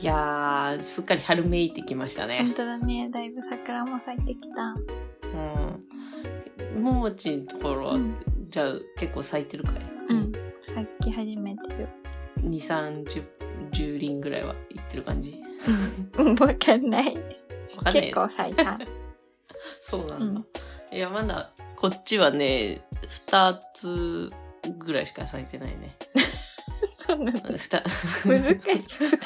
いやー、すっかり春めいてきました本ね。当だね。だいぶ桜も咲いてきた。うん。ももちんところは、うんじゃあ結構咲いてるかいうん。咲き始めてる。 ?2、30、10輪ぐらいは行ってる感じうん。わかんない。わかんない結構咲いた。そうなんだ。うんいや、まだこっちはね、2つぐらいしか咲いてないね。そうなの。ふた難しい。二つっ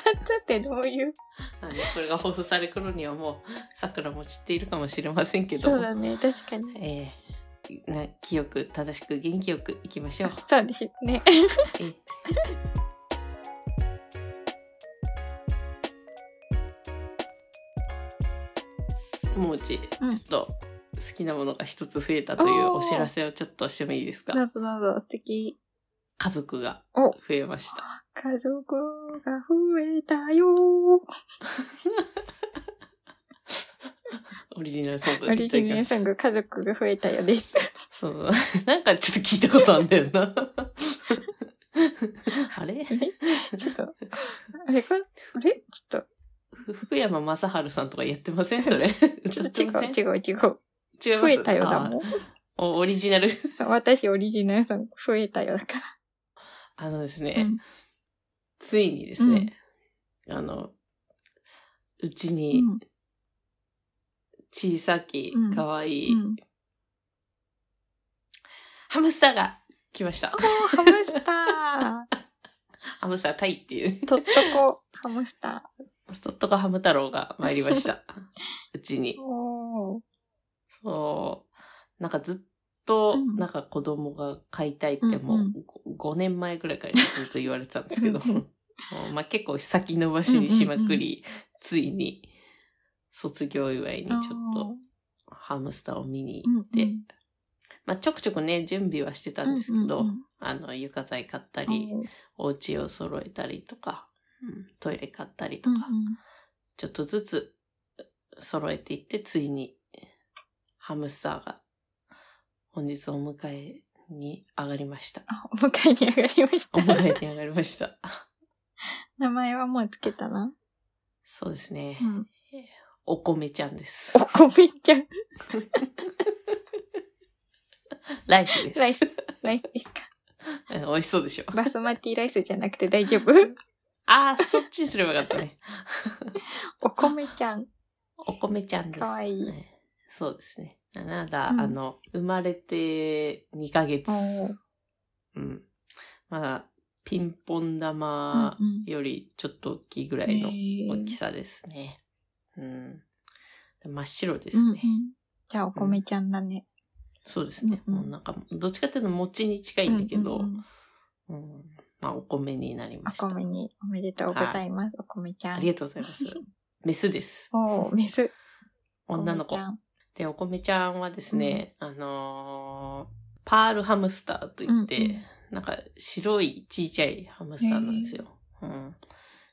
てどういう。 あのこれが放送される頃にはもう桜も散っているかもしれませんけどそうだね。確か に。えーな清く正しく元気よくいきましょう。そうですね。えーもううち、うんちょっと好きなものが一つ増えたというおーお知らせをちょっとしてもいいですかどうぞどうぞ。素敵。家族がお増えました。家族が増えたよー。オリジナルソングオリジナルソング。グ家族が増えたよです。そう。 なんかちょっと聞いたことあんだよな。 あれちょっと、あれかあれちょっと、福山雅治さんとかやってませんそれ。 ちちょっと違う違違う違いう。ます増えたよだもん。あおオリジナル。そう私オリジナルソング増えたよだかあのですら。ね、ついにですね、あの、うちにうん小さきうん可愛いうんハムスターが来ました お。ーハムスタハムスタータイっていうー。とっとこハムスタストットコハム太郎が参りました。 うちにー。。おーそう。なんかずっとう、んなんか子供が飼いたいってもうんううん5年前ぐらいからずっと言われてたんですけど、 うんうもんうまあ結構先延ばしにしまくり、ついに卒業祝いにちょっとハムスターを見に行って、うんうんまあちょくちょくね、準備はしてたんですけど、うんうんあの浴衣買ったうんり、お家を揃えたりとか、うんトイレ買ったりとうか、んうんちょっとずつ揃えていって、ついにハムスターが本日お迎えに上がりました。あお迎えに上がりましおた。迎えに上がりました。 名前はもうつけたな。そうですね。うんお米ちゃんですお。米ちゃん。ライスです。ライス、ライスですか。 うん美味しそうでしょ。バスマティライスじゃなくて大丈夫ああ、そっちにすればよかったね。 お米ちゃん。お米ちゃんです。かわいいねそうですね。なんだ、うんあの、生まれて2ヶ月。おーうん。まだ、ピンポン玉うんうんよりちょっと大きいぐらいの大きささですね。うん。真っ白でですね。じゃあお米ちゃんだね。そうですね。うんうんもうなんか、どっちかっていうと餅に近いんだけど、うんまあ、お米になりおました。米におめでとうございます。お米ちゃあんり。がとうございます。メスです。おーメス。女のお子米ち。ゃんで、お米ちゃんはですね、あのーパールハムスターといって、うんうんなんか白いちいちゃいハムスターなんですよ。うん、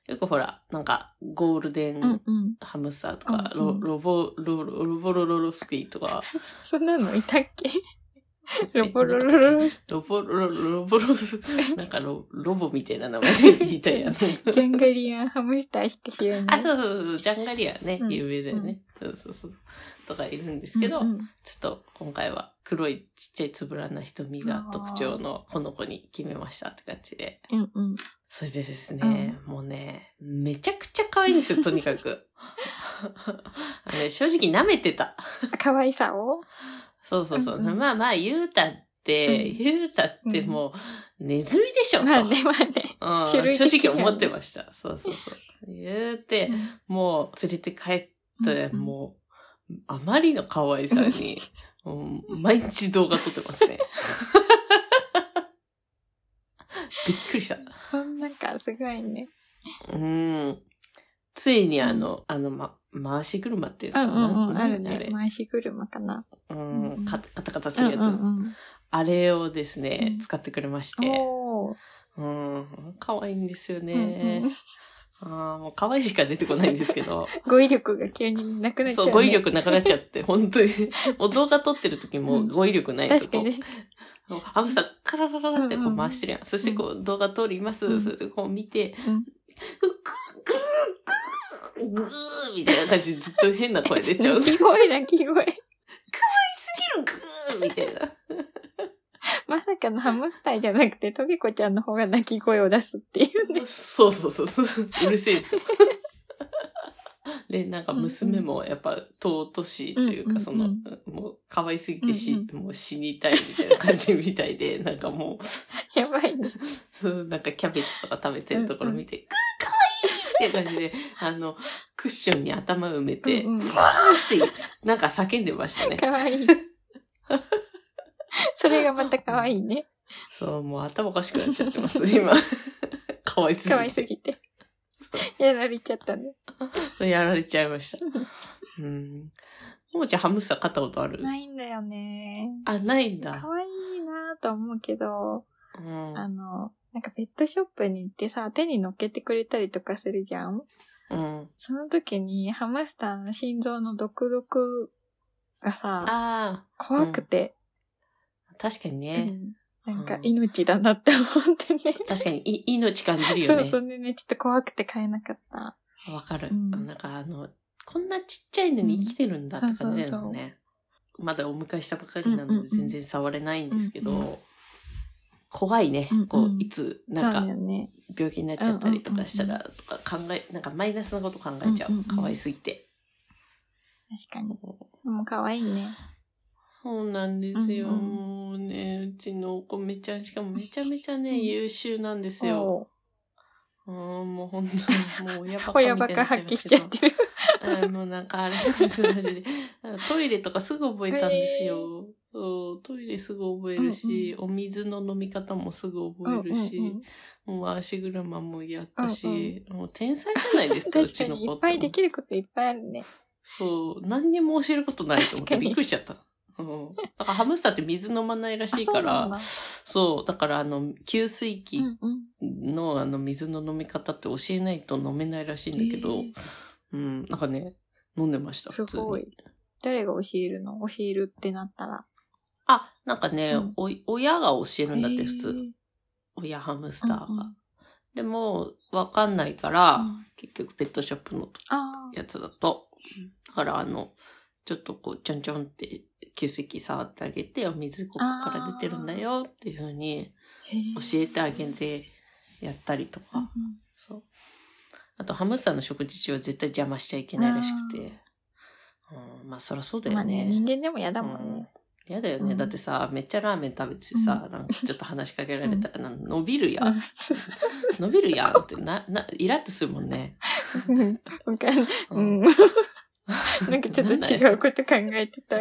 よくほら、なんかゴールデうんンうん。ハムスターとか、うんうんロロボロロロボロロロスキーとか、そんなのいたっけロボロロロロギ ロボロロロボロ ロ、なんかロロボみたいな名前で言いたいやん。ャンガリアンハムスターしか知らない。あ、そうそうそうそう、ジャンガリアねう、ん有名だよね。そうそうそう。とかいるんですけど、うんうんちょっと今回は黒いちっちゃいつぶらな瞳が特徴のこの子に決めましたって感じで。うんうん。それでですね、もうね、めちゃくちゃ可愛いんです よ、とにかく。あのね正直舐めてた。可愛さをそうそうそう。うんうんまあまあ、言うたって、うん言うたってもう、ネズミでしょ、とまあねまあ ね。うん種類的正直にはね思ってました。そうそうそう。言うて、もう連れて帰って、うんもう、あまりの可愛さに、もう毎日動画撮って ますね。びっくりした。そんなんかすごいね。うん。ついにあの、あの、ま、回し車っていううんかうんうん。なあるなね。れ回し車かな。う。うんんカタカタカタするやつ。うんうんあれをですねう、ん使ってくれましうん。て。おーうん。可愛いんですよね。うんうんああ、もう可愛いしか出てこないんですけ ど。語彙力が急になくなっちゃそう、う、ね。語彙力なくなっちゃって、本当に。もう動画撮ってる時うもん語彙力ないです確かにね。こうあぶさ、カラカラカラってこうんううんうん回してるやん。そしてこう動画撮ります。うんそれでこう見て、うぐ、んぐ、グーみたいな感じでずっと変な声出ちゃう。鳴すぎき声鳴き声。るグーみたいな。まさかのハムスターじゃなくて、トゲコちゃんの方が鳴き声を出すっていうね。そうそうそうそう。うる せえですよ。で、なんか娘もやっぱ尊しいといううんうんうか、んその、もう可愛すぎて死、うんもう死にたいみたいな感じみたいで、なんかもやばいね。う、うん なんかキャベツとか食べてるところ見て、うー可愛いっていう感じで、 あの、クッションに頭埋めて、うんうんブワーって、なんか叫んでま したね。かわいい。それがまたかわいいね。そう、もう頭おかしくなっちゃってます、今。 可愛すかわいぎすぎて。やられちゃったね。て。 やられちゃいま した。うん。ももちゃんハムスター飼ったことあるないんだよね。あ、ないんだか。わいいなぁと思うけど、うん。あの、なんかペットショップに行ってさ、手に乗っけてくれたりとかするじゃんうん。その時にハムスターの心臓の毒毒がさ、あ怖くて、あ、確かにうね。んなんかうん命だなって思ってね。確かに、い、命感じるそよう、そね。んでね、ちょっと怖くて買えなかった。わかる。うんなんかあの、こんなちっちゃいのに生きてるんだって感じだようんそうそね。まだお迎えしたばかりなのでうんうんう全ん然触れないんですけうんうど、怖いねうんうん。こう、いつ、そなうんだかよ、ね。病気になっちゃったりとかしたうら、とか考え、なんかマイナスなこと考えちゃうんうんう。うん可愛すぎて。確かに。でも可愛いね。そうなんですよ。うんうんもうね、うちのお米ちゃん、しかもめちゃめちゃうね、ん優秀なんですよ。おううん、もう本当に、もう親バカみたい親になバカちゃい発ま揮すしけちどゃっ。てる。うんもうなんかあれなんですよ、マジで。トイレとかすぐ覚えたんですよ。そうトイレすぐ覚えるし、お水の飲み方もすぐ覚えるし、うんうんうんもう足車もやったし、もう天才じゃないですか、う 確かちのにい子っぱいできることいっぱいあるね。そう、何にも教えることないと思っ確かてにびっくりしちゃった。うん。だからハムスターって水飲まないらしいかあら、そう、だからあの、給水器そうなんだ。うんうん。のあの水の飲み方って教えないと飲めないらしいんだけど、へえうん、なんかね、飲んでました。すご普通に。い。誰が教えるの教えるってなったら。あ、なんかね、うんお親が教えるんだって、普へ通。ー親ハムスターが。うんうんでも、わかんないから、うん結局ペットショップのあやつだと。だから、あの、ちょっとこう、ちょんちょんって、血石触ってあげて、お水ここから出てるんだよっていうふうにー。教えてあげてやったりとか。うんうんそう。あと、ハムスターの食事中は絶対邪魔しちゃいけないらしくて。うん、まあ、そりゃそうだまよあね、ね人。間でも嫌だもうんね。嫌、だよね、うんだってさ、めっちゃラーメン食べててさ、なんかちょっと話しかけられたら、なんか伸びるやん。伸びるやんって、な、な、イラッとするもんね。うんわかん うん。なんかちょっなとんだよ違うこと考えてた。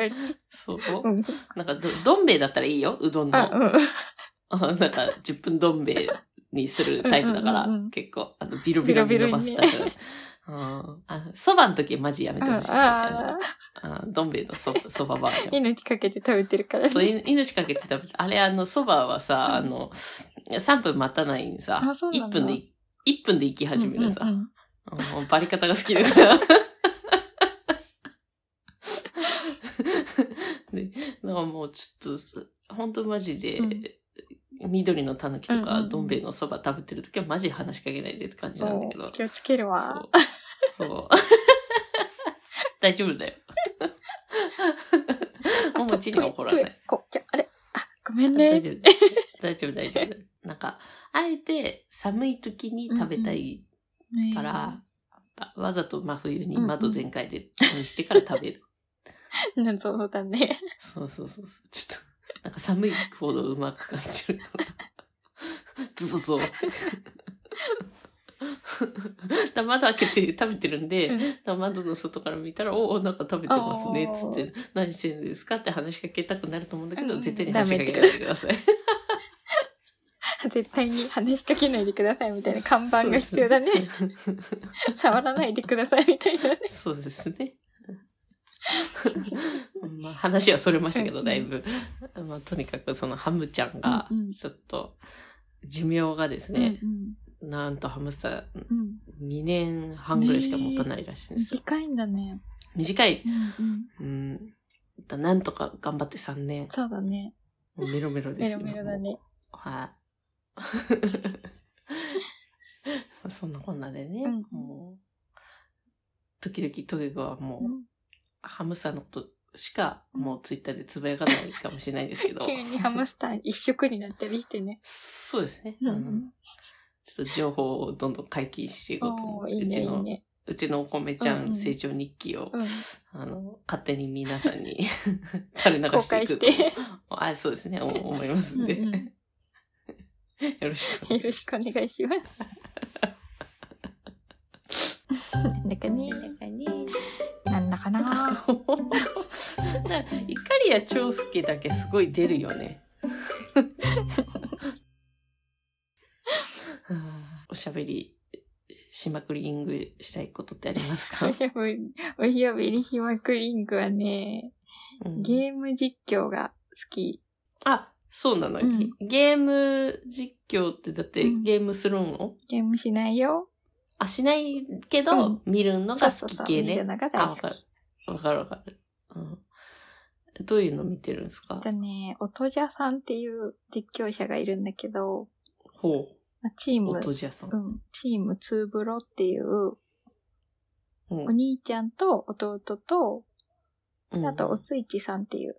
そう。うんなんかど、どん兵衛だったらいいよ、うどんの。あ、うん。 なんか、10分どん兵衛にするタイプだから、うんうんうんうん結構、あの、ビロビロに伸ばすタイプ。ビロビロにうん、あそばの時マジやめてほしいみたいあな。あどん兵衛の そそばバージョンー。命かけて食べてるからね。そう、い命かけて食べて、あれ、あの、蕎麦はさ、あの、3分待たないにさ、あそうな1んだ分で、一分で行き始めるさ、うんうんうんもうバリ方が好きだから。で、なんかもうちょっと、本当マジで、うん緑のたぬきとうんか、うんうんどん兵衛のそば食べてるときはマジ話しかけないでって感じなんだけそどう。気をつけるわ。そう。そう大丈夫だよ。ももちには怒らトイないレ。。こじゃあれあ、ごめん大ね。丈夫。大丈夫、大丈夫。なんか、あえて寒い時に食べたいから、あわざと真冬に窓全開で、にしてから食べる。うん。なんそうだね。そうそうそうそう。ちょっと、なんか寒いほどうまく感じるから。ズズズって。だから窓開けて食べてるんで、だうんから窓の外から見たら、おお、なんか食べてますね、あつーって、何してるんですかって話しかけたくなると思うんだけど、うん絶対に話しかけないでください。 絶対に話しかけないでください みたいな看板が必要だね。そうですね。触らないでくださいみたいなね。そうです ね。まあ話はそれましたけうど、んだいぶ。まあ、とにかくそのハムちゃんがうんうん、ちょっと、寿命がですね、うんなんとハムスターうんうん2年半ぐらいしか持たないらしいんですよ。短いんだね。短い。うんうんうん。だなんとか頑張って3年。そうだね。もうメロメロでメすロよ。メロだね。 はい。そんなこんなでね、うんも時々トゲ子はもう、うんハムスターのことしかもうツイッターでつぶやかないかもしれないんですけど 。急にハムスター一色になったりしてね。そうですね。うんあのちょっと情報をどんどん解禁していこうと思おっーて、いいうちね、いいの、ね。うちのお米ちゃうんうんん成長日記を、うん。あの、勝手に皆さんに 垂れ流公してい開くしとて、よあ、そうですね、お思いますんで。うんうん よろしく。ろしくお願いします。なんだかね。なんだかな。なんかイカリア長介だけすごい出るよね。あーおしゃべりしまくりングしたいことってありますかおしゃべり、おしゃべりしまくりんぐはね、うんゲーム実況が好き。あ、そうなの、うんゲーム実況ってだってうんゲームするのゲームしないよ。あ、しないけど、うん見るのそうがそ好うそきう。系見ね。るのがあ、大わ好かきる。。わかるわかる。うん。どういうの見てるんですかじゃね、音じゃさんっていう実況者がいるんだけど、ほまあチーう。ムお、とじ屋さん。うん、チームツーブロっていう、うんお兄ちゃんと弟と、うんあとおついちさんっていう、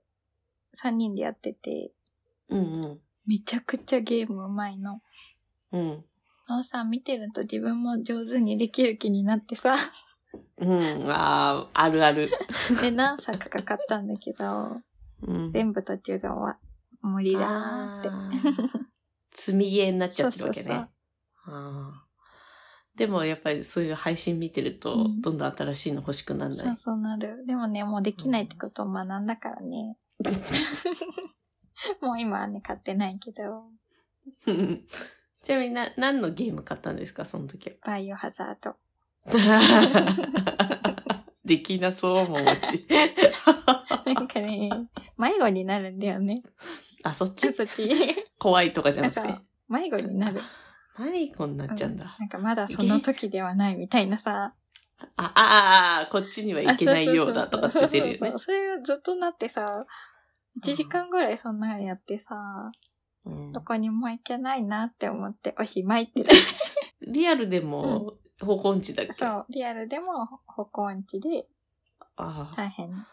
三人でやってて、うんうん。めちゃくちゃゲームうまいの。うん。そのさ、見てると自分も上手にできる気になってさ、 うん。ああ、あるある。で何作かかったんだけど、うん。全部途中が終わ、無理だーって。あー積みゲーになっちゃってるわけね。そうそうあーでもやっぱりそういう配信見てると、うんどんどん新しいの欲しくなんない。そうそうなる。でもね、もうできないってことを学んだから ね。もう今はね、買ってないけど、 ちなみにな、何のゲーム買ったんですか、その時 は。バイオハザード。できなそう、もうう ち。なんかね、迷子になるんだよね。あ、そっちょち っとち、怖いとかじゃなくてなん。迷子になる。迷子になっちゃうんだ。なんかまだその時ではないみたいな さ。あ、ああ、こっちには行けないようだとかって出るよそうそうそねう。それがずっとなってさ、1時間ぐらいそんなのやってさ、うんどこにも行けないなって思って、おしまいって。リアルでも方向音痴だっけ、そあう、リアルでも歩行音痴であ大変。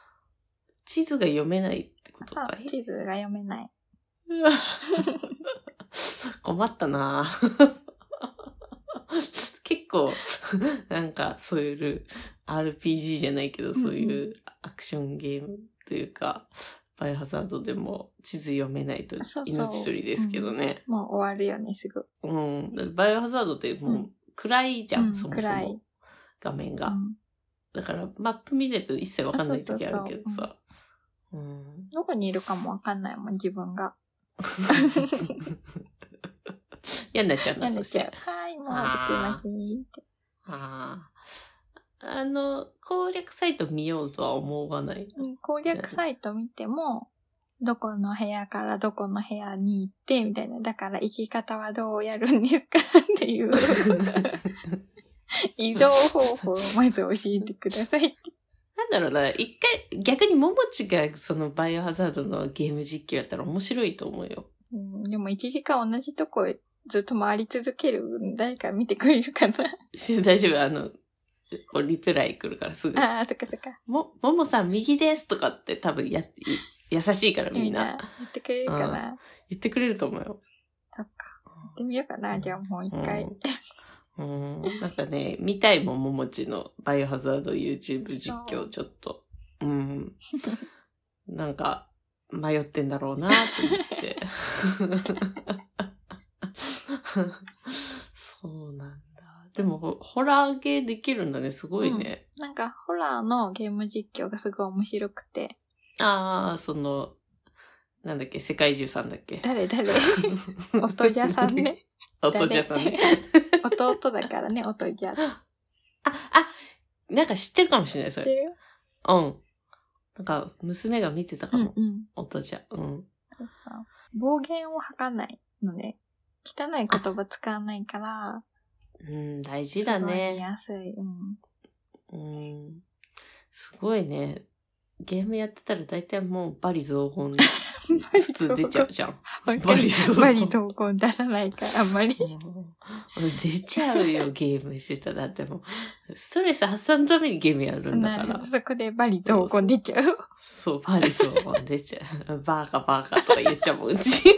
地図が読めないってことそかう、い地図が読めない。うわ 困ったな結構、なんかそういうル RPG じゃないけど、そういうアクションゲームというか、バイオハザードでも地図読めないとそうそう命取りですけどね。もう終わるよね、すぐ。うん。だってバイオハザードってもう暗いじゃん、うんそもそ暗もい。画面うが。んだから、マップ見ないと一切わかんないあそう時そあうそうるけどさ。うん。どこにいるかもわかんないもん、自分が。嫌になっちゃうな、なんそでしちゃうて。。はい、もうできませんって。ああ。あの、攻略サイト見ようとは思わない。うん攻略サイト見ても、どこの部屋からどこの部屋に行って、みたいな。だから行き方はどうやるんですかっ ていう。移動方法をまず教えてくださいって。なんだろうな、一回、逆にももちがそのバイオハザードのゲーム実況やったら面白いと思うよ。 うん、でも1時間同じとこずっと回り続ける誰か見てくれるかな大丈夫、あの、こうリプライ来るからすぐ。ああ、そっかそっか。も、ももさん右ですとかって多分や、い優しいからみみんんなな。やってくれるかな、言ってくれると思うよ。そっか。やってみようかな、じゃあもう一回。うん。うんなんかね、見たいもん、ももちのバイオハザード YouTube 実そ況、ちょっと。 うん。なんか、迷ってんだろうなと思って。 そうなんだ。でも、ホホラーゲーできるんだね、すごいね。なんか、ホラーのゲーム実況がすごい面白くて。 ああ、その、なんだっけ、世界中さんだっけ。誰誰 おとじゃさんね。 おとじゃさんね。弟だからね、おとじゃ。知っあ、あ、なんか知ってるかもしれない、それ。てるうん。なんか、娘が見てたかうも。んうん。音じゃ。うん。そうそう。暴言を吐かないのね。汚い言葉使わないから、うん、大事だすごい見ね。やすい。うん。うん。すごいね。ゲームやってたら大体もうバリ雑 言バリ普通出ちゃ うじゃん。ババリリ雑雑言。言バリ雑言出さないから、あんまり。もう出ちゃうよ、ゲームしてたら。だってもう、ストレス発散のためにゲームやるんだなかるらほど。そこでバリ雑言出ちゃう。そう、バリ雑言出ちゃう。バーカバーカとか言っちゃ うもん、うち。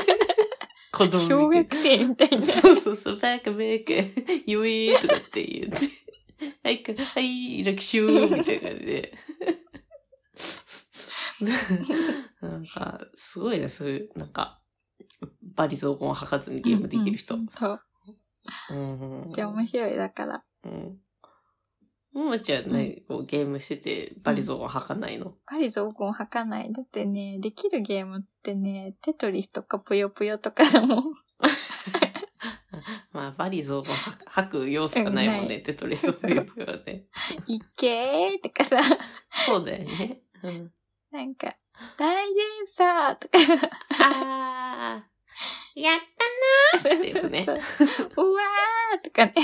子小供見学て。生みたいな。そうそうそう、バーカバーカ、ゆえーとかって言って。はい、かはい、楽勝みたいな感じで。なんか、すごいね、そういう、なんか、バリ雑言を吐かずにゲームできる人。うんうんそう。うんで、面白い。だから。うん。ももちゃんね、こうゲームしてて、バリゾーンは吐かないの。バリ雑言吐かない。だってね、できるゲームってね、テトリスとかぷよぷよとかだもん。 まあ、バリゾーンは吐く吐く要素がないもんなね、テトリスとぷよぷよはね。いけーとかさ、そうだよね。うん。なんか、大連鎖 とか。あー、やったなーってやつねそうそうそううわーとかね。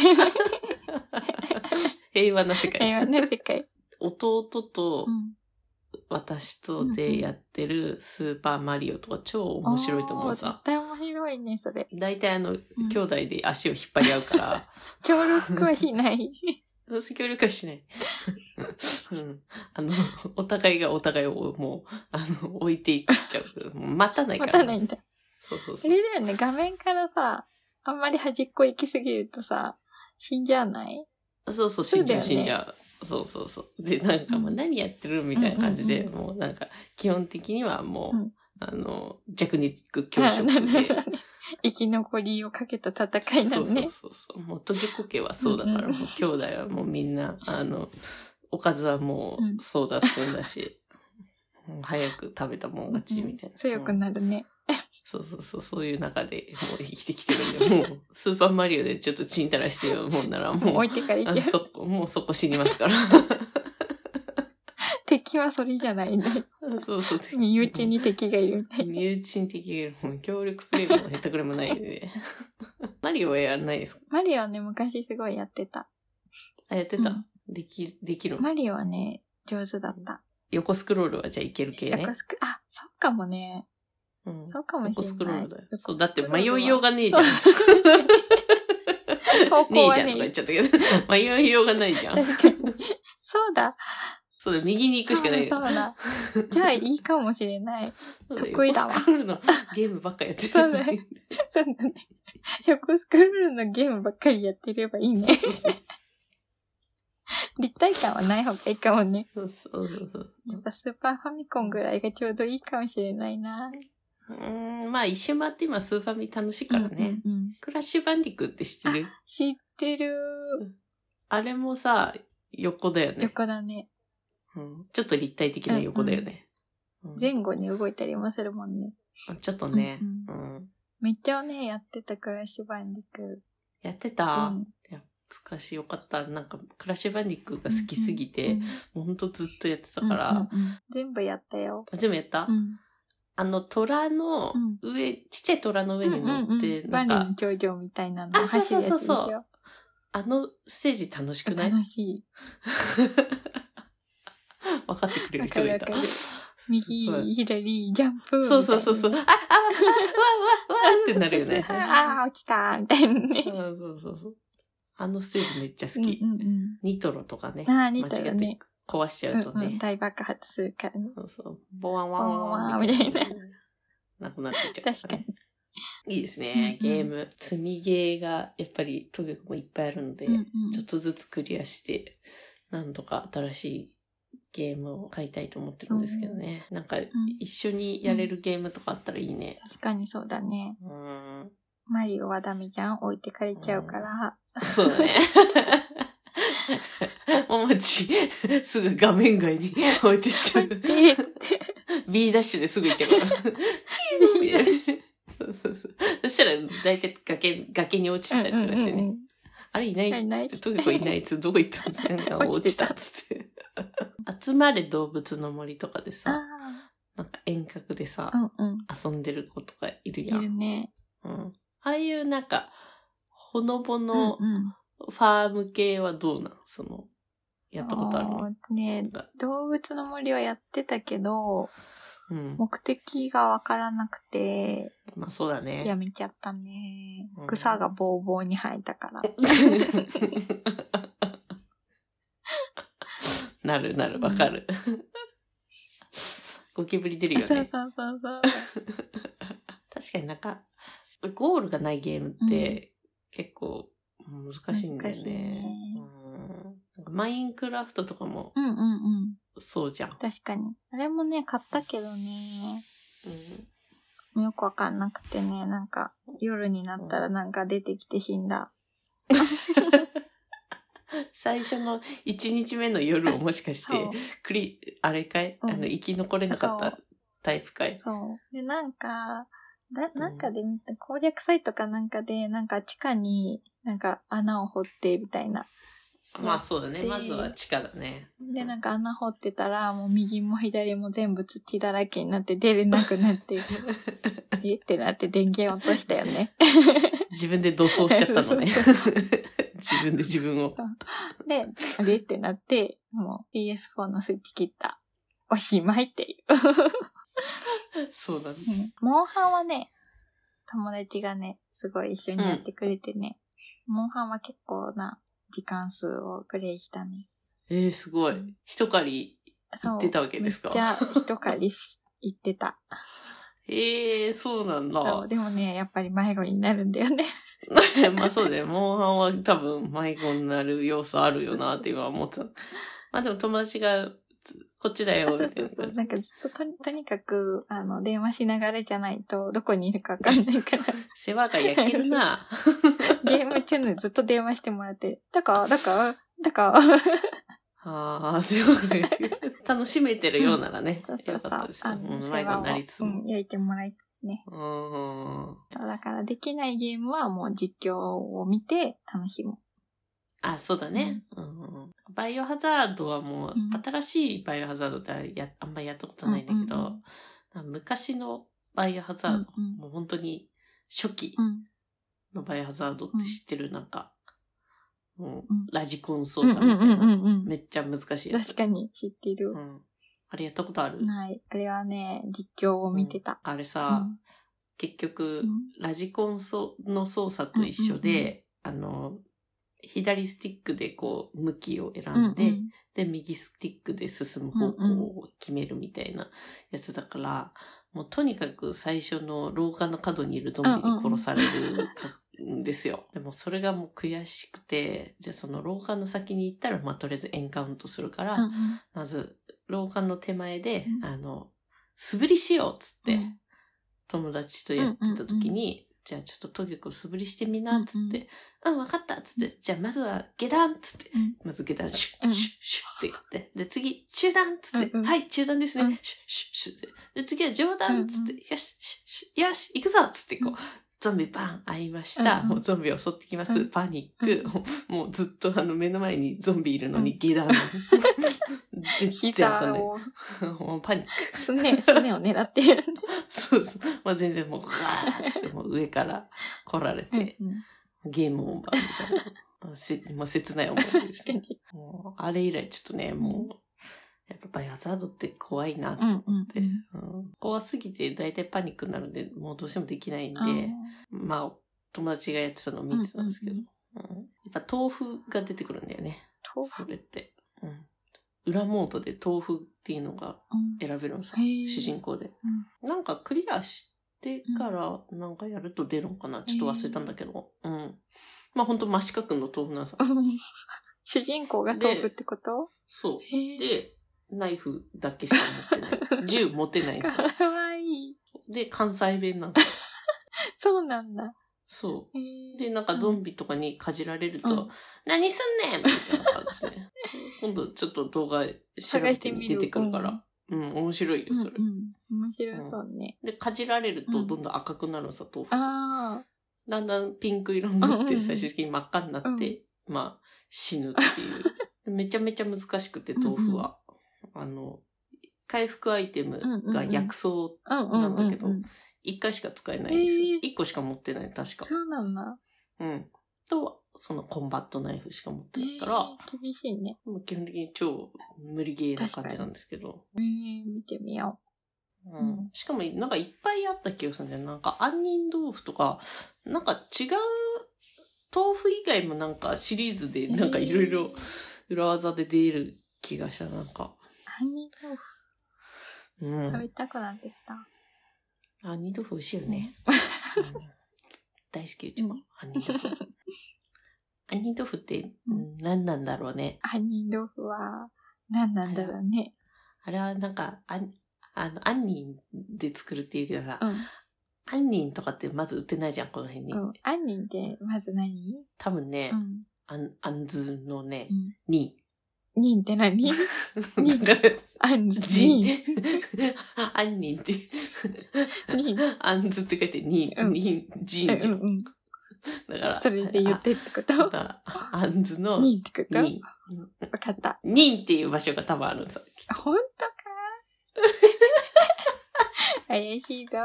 平和な世界。平和な世界。弟とうん私とでやってるスーパーマリオとか超面白いと思うおーさ絶。対面白いね、それ。大体あの、兄弟で足を引っ張り合うから、 協力はしない。私協力はしない。うん。あの、お互いがお互いをもう、あの、置いていっちゃ う。もう待たないか待ら。たないんだ。そうそうあそうれ。だよね、画面からさ、あんまり端っこ行きすぎるとさ、死んじゃわないそうそう、そ死うんじだよゃう、ね死んじゃう。そうそうそう。で、なんかもううん何やってるみたいな感じで、うんもうなんか、基本的にはもう、うんあの、弱肉強あ食なるほで。どね 生き残りをかけた戦いなそのうそうね。そうそう。もう、とげこけはそうだから、うもんう兄弟はもうみんな、あの、おかずはもうう、んそうだってんだし、もう早く食べたもん勝ちみたいな。強くなるね。そうそうそう、そういう中でもう生きてきてるんで、もう、スーパーマリオでちょっとチンタラしてるもんなら、もうも置う、いてから行あけのる。そこ、もうそこ死にますから。 敵はそれじゃないね。そうそう。身内。に敵がいるみたいな。身内に敵がいる。もう協力プレイも下手くれもないん で。マリオはやんないですかマリオはね、昔すごいやってた。あ、やってた。うんでき、できる。マリオはね、上手だった。横スクロールはじゃあいける系ね横。スク、あ、そうかもね。うんそうかもしれない。横スクロールだよ。横スクそロールはう、だって迷いようがねえじゃん。方 ね向えはじゃんとか言っちゃったけど、 迷いようがないじゃん。確かに。 そうだ。そうだ、右に行くしかないよそうだ。そうだじゃあいいかもしれない。そうだよ得意だわ横スクロールのゲームばっかやってそうだよそうだね。 横スクロールのゲームばっかりやってればいい ね。立体感はない方がいいかもね。 そうそうそうそう。やっぱスーパーファミコンぐらいがちょうどいいかもしれないな。うーん、まあ一周回って今スーファミ楽しいからね。うんうんうんクラッシュバンディクって知ってる知ってる。あれもさ、横だよね、横だね。うん。ちょっと立体的な横だよね。うん前後に動いたりもするもんね。ちょっとね、ううんめっちゃね、やってたクラッシュバンディク。やってうた。ん懐かしいよかった。なんか、クラッシュバンディクが好きすぎて、うんもうほんとずっとやってたうんから。うんうん全部やったよ。あ全部やった、うんあの、虎の上、ちっちゃい虎の上に乗って、うんうんうんなバんリか、の頂上みたいなのをあそう走そうるやつそうでしそうょ。あのステージ楽しくない楽しい。分かってくれるわか人がるいわたか。る。右は、い左、ジャンプ。そうそうそうそう。あ、あ、わ、わ、わ、わってなるよね。ああ、落ちたみたいなねう。んそうそうそう。あのステージめっちゃ好き。うんうんニトロとかね。うん。ああ、似たよ間違っねて。壊しちゃうとうんうねん。大爆発するからね。そうそう。ボワンワンワンワンボワンワンワンみたい。なくなってっちゃう、確かに。。いいですね。うんうんゲーム。積みゲーがやっぱりトゲコもいっぱいあるので、うんうんちょっとずつクリアして、なんとか新しいゲームを買いたいと思ってるんですけどね。なんか、一緒にやれるゲームとかあったらいいね。確かにそうだね。うんマリオはダメじゃん置いてかれちゃうから。そうだ ね。お待ち、すぐ画面外に置いてっちゃう。えー B ダッシュですぐ行っちゃうから。 B ダッシュそうそうそうそしたら、大体崖、崖に 落ちてたりとかしてね。うんうんうんあれいないあれいなっついって、トゲコいないっつって、どこ行ったんだよ。 落落ちちてたたっつって。集まれ動物の森とかでさ、あなんか遠隔でさ、あ、うんうん。遊んでる子とかいるいやん。るね。うん。ああいうなんか、ほのぼうんのうん。ファーム系はどうなのその、やったことあるもうねなんか動物の森はやってたけど、うん。目的がわからなくて、まあそうだね。やめちゃったねうん。草がボーボーに生え たから。なるなる、わかる。 ゴキブリ出るよね。そうそうそうそう。確かになんか、ゴールがないゲームって結構難しいんだよね。難しいねうんマインクラフトとかもうんうんうん。そうじゃん。確かに。あれもね、買ったけどね、よくわかんなくてね、なんか、夜になったらなんか出てきて死んだ。最初の1日目の夜をもしかしそうて、クリ、あれかい、うんあの、生き残れなかっそたタイプかいそう。で、なんか、ななんかで見た、攻略サイトかなんかで、なんか地下になんか穴を掘ってみたいな。まあそうだね。でまずは地下だね。で、なんか穴掘ってたら、もう右も左も全部土だらけになって出れなく なって、えってなって電源落としたよね。自分で土葬しちゃったのねそう。 自分で自分を。そう。で、あれってなって、もう PS4 のスイッチ切った。おしまいっていう。そうだね。モンハンはね、友達がね、すごい一緒にやってくれてね、モンハンは結構な時間数をプレイしたね。えー、すごい。一狩り行ってたわけですかめっちゃ一狩りし行ってた。ええそうなんそだう。でもね、やっぱり迷子になるんだよね。 まあそうだよ。モンハンは多分迷子になる要素あるよなって今思ってた。まあでも友達がつこっちだそようみそたいうそう。な。なんかずっとととにかく、あの、電話しながらじゃないと、どこにいるかわかんないから、 世話が焼けるな。ゲーム中にずっと電話してもらって、だから、だから、だから、ああ、世話が焼ける。楽しめてるようならね。そうそうよそかうったです。よ。あうんの、世迷子に話を、なりつつうも。ん、焼いてもらいつつね。うん。だからできないゲームはもう実況を見て楽しむ。あ、そうだね。うんうんバイオハザードはもううん、新しいバイオハザードってあれやあんまりやったことないんだけど、うんうんなうんんか昔のバイオハザード、うんうんもう本当に初期うん。のバイオハザードって知ってる、なんか、もううんラジコン操うん作みたういんうな。んうん。めっちゃ難しいやつ。確かに知ってるう。ん。あれやったことあるない。あれはね、実況を見てた。あれうさ、ん。結局、うんラジコンその操作と一緒で、あの、左スティックでこう、向きを選んで、うんうんで、右スティックで進む方向を決めるみたいなやつだから、もうとにかく最初の廊下の角にいるゾンビに殺されるかんですよ。でもそれがもう悔しくて、じゃあその廊下の先に行ったら、まあとりあえずエンカウントするから、うんうんまず廊下の手前で、うんあの、素振りしようっつって、うん友達とやってた時に、じゃあちょっとトゲコ素振りしてみなっつって、うん、わかったっつって、じゃあまずは下段っつって、うんまず下段、シュうッんシュッシュッってやって、で、次、中段っつって、うんうんはい、中段ですね、うんシュッシュッシュッって、で、次は上段っつって、うんよし、シュッシュッよし、行くぞっつって、こうう、ゾンビバン会いました、うんうんもうゾンビ襲ってきます、うんパニック、もうずっとあの目の前にゾンビいるのに下 段。全然当たん膝ない。を、 もうパニック。すね、すねを狙ってる。そうそう。まあ、全然もうガーッつってもう上から来られて、うんうんゲームオーバーみたいな。せもう切ない思いです確かね。に。もうあれ以来ちょっとね、もう、やっぱバイオハザードって怖いなってうん思うんって、うん怖すぎて大体パニックになるんで、もうどうしてもできないんで、まあ、友達がやってたのを見てたんですけど、うんうんやっぱ豆腐が出てくるんだよね。豆そ腐。れって。うん。裏モードで豆腐っていうのがうん選べるのさ、へー主人公で。なんかクリアしてからなんかやると出るのかな、ちょっと忘れたんだけど。うん。まあほんと真四角の豆腐なんさ。うん主人公が豆腐ってことそへう。え。で、ナイフだけしか持って ない。銃持てないんさ。かわいい。で、関西弁なんだ。そうなんだ。そへう。えで、なんかゾンビとかにかじられると、うん何すんねんみたいな感じで。今度ちょっと動画調べてみ出てくるから。うん、面白いよ、それ。うんうん、面白そうね。で、かじられるとうんどんどん赤くなるのさ、豆腐。あだんだんピンク色になっうんうて、ん最終的に真っ赤になって、まあ、死ぬって いう。めちゃめちゃ難しくて、うんうん豆腐は。あの、回復アイテムが薬草、あ、うんうんうん、うん。なんだけど1回しか使えないんですよへえ。 1個しか持ってない、確か。そうなんだ。うん。と、そのコンバットナイフしか持ってえないから、ー厳しいね。もう基本的に超無理ゲーな感じなんですけど。えー、見てみよううんん、しかも、なんかいっぱいあった気がするんだよ。なんか、杏仁豆腐とか、なんか違う、豆腐以外もなんかシリーズで、う。なんかいろいえろー。裏技で出る気がした、なんか。杏仁豆腐う食ん。べたくなってきた。杏仁豆腐美味しいよね。うん大好き、うちも。杏仁豆腐。杏仁豆腐ってうん何なんだろうね。杏仁豆腐は何なんだろうね。あれはなんか、あんあの、杏仁で作るっていうけどさう、ん。杏仁とかってまず売ってないじゃん、この辺に。うん。杏仁ってまず何多分ね、うん。あん、あんずのねう、ん。に、仁って 何 仁だから杏仁 じ。、あんにんって、仁。あんずって書いて、にうんん、にん、じんじうゃんん。うん。だから、それで言ってってこあだとからあんずの、に仁ってことん、わかった。にんっていう場所が多分あるんさ。ほんとか 怪しいぞ。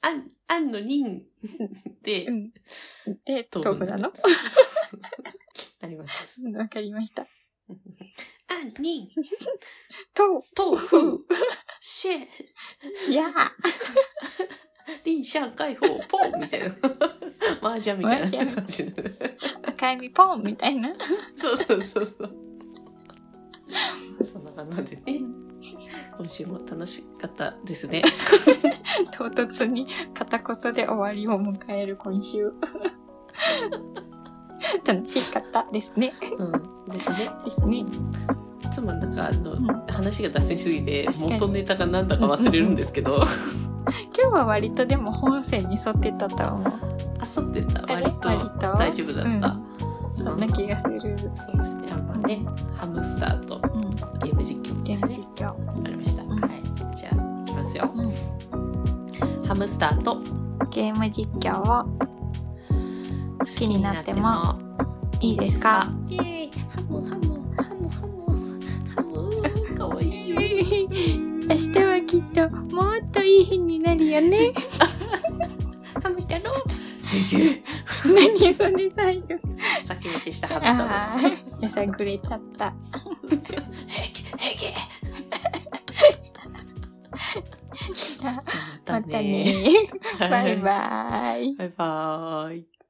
あん、あんのにんでう、ん。で、豆腐なのなります。うんわかりました。あん、にん、豆豆腐、シェ、腐。いやリン、シャン、解放、ポンみたい な。麻雀みたいな感じ。赤エビポンみたいな。そうそうそうそう。そんな感じでね。今週も楽しかったですね。唐突に片言で終わりを迎える今 週。楽しかったですね。うん、ですね。ですね。いつもなんかあの、うん話が脱線しすぎて確かに元ネタがなんだか忘れるんですけど、 今日は割とでも本線に沿ってたと思う。あさってた割と割と大丈夫だった。そんな気がする。そうですね。あんまね、ハムスターとうん。ゲーム実況ゲでーすムね実。況。わかりました。んはい。じゃあいきますよ。うんハムスターとゲーム実況を好きになっても好きになってもいいですか。イエーイハムハムハムハムハムかわいいよ。明日はきっともっといい日になるよ ね。ハム太郎。何それ最後。先抜けしたハム太郎。ああ、やさぐれちゃった。へけへけ。じゃあ、ままたたね。 ね。バイバイ。バイバイ。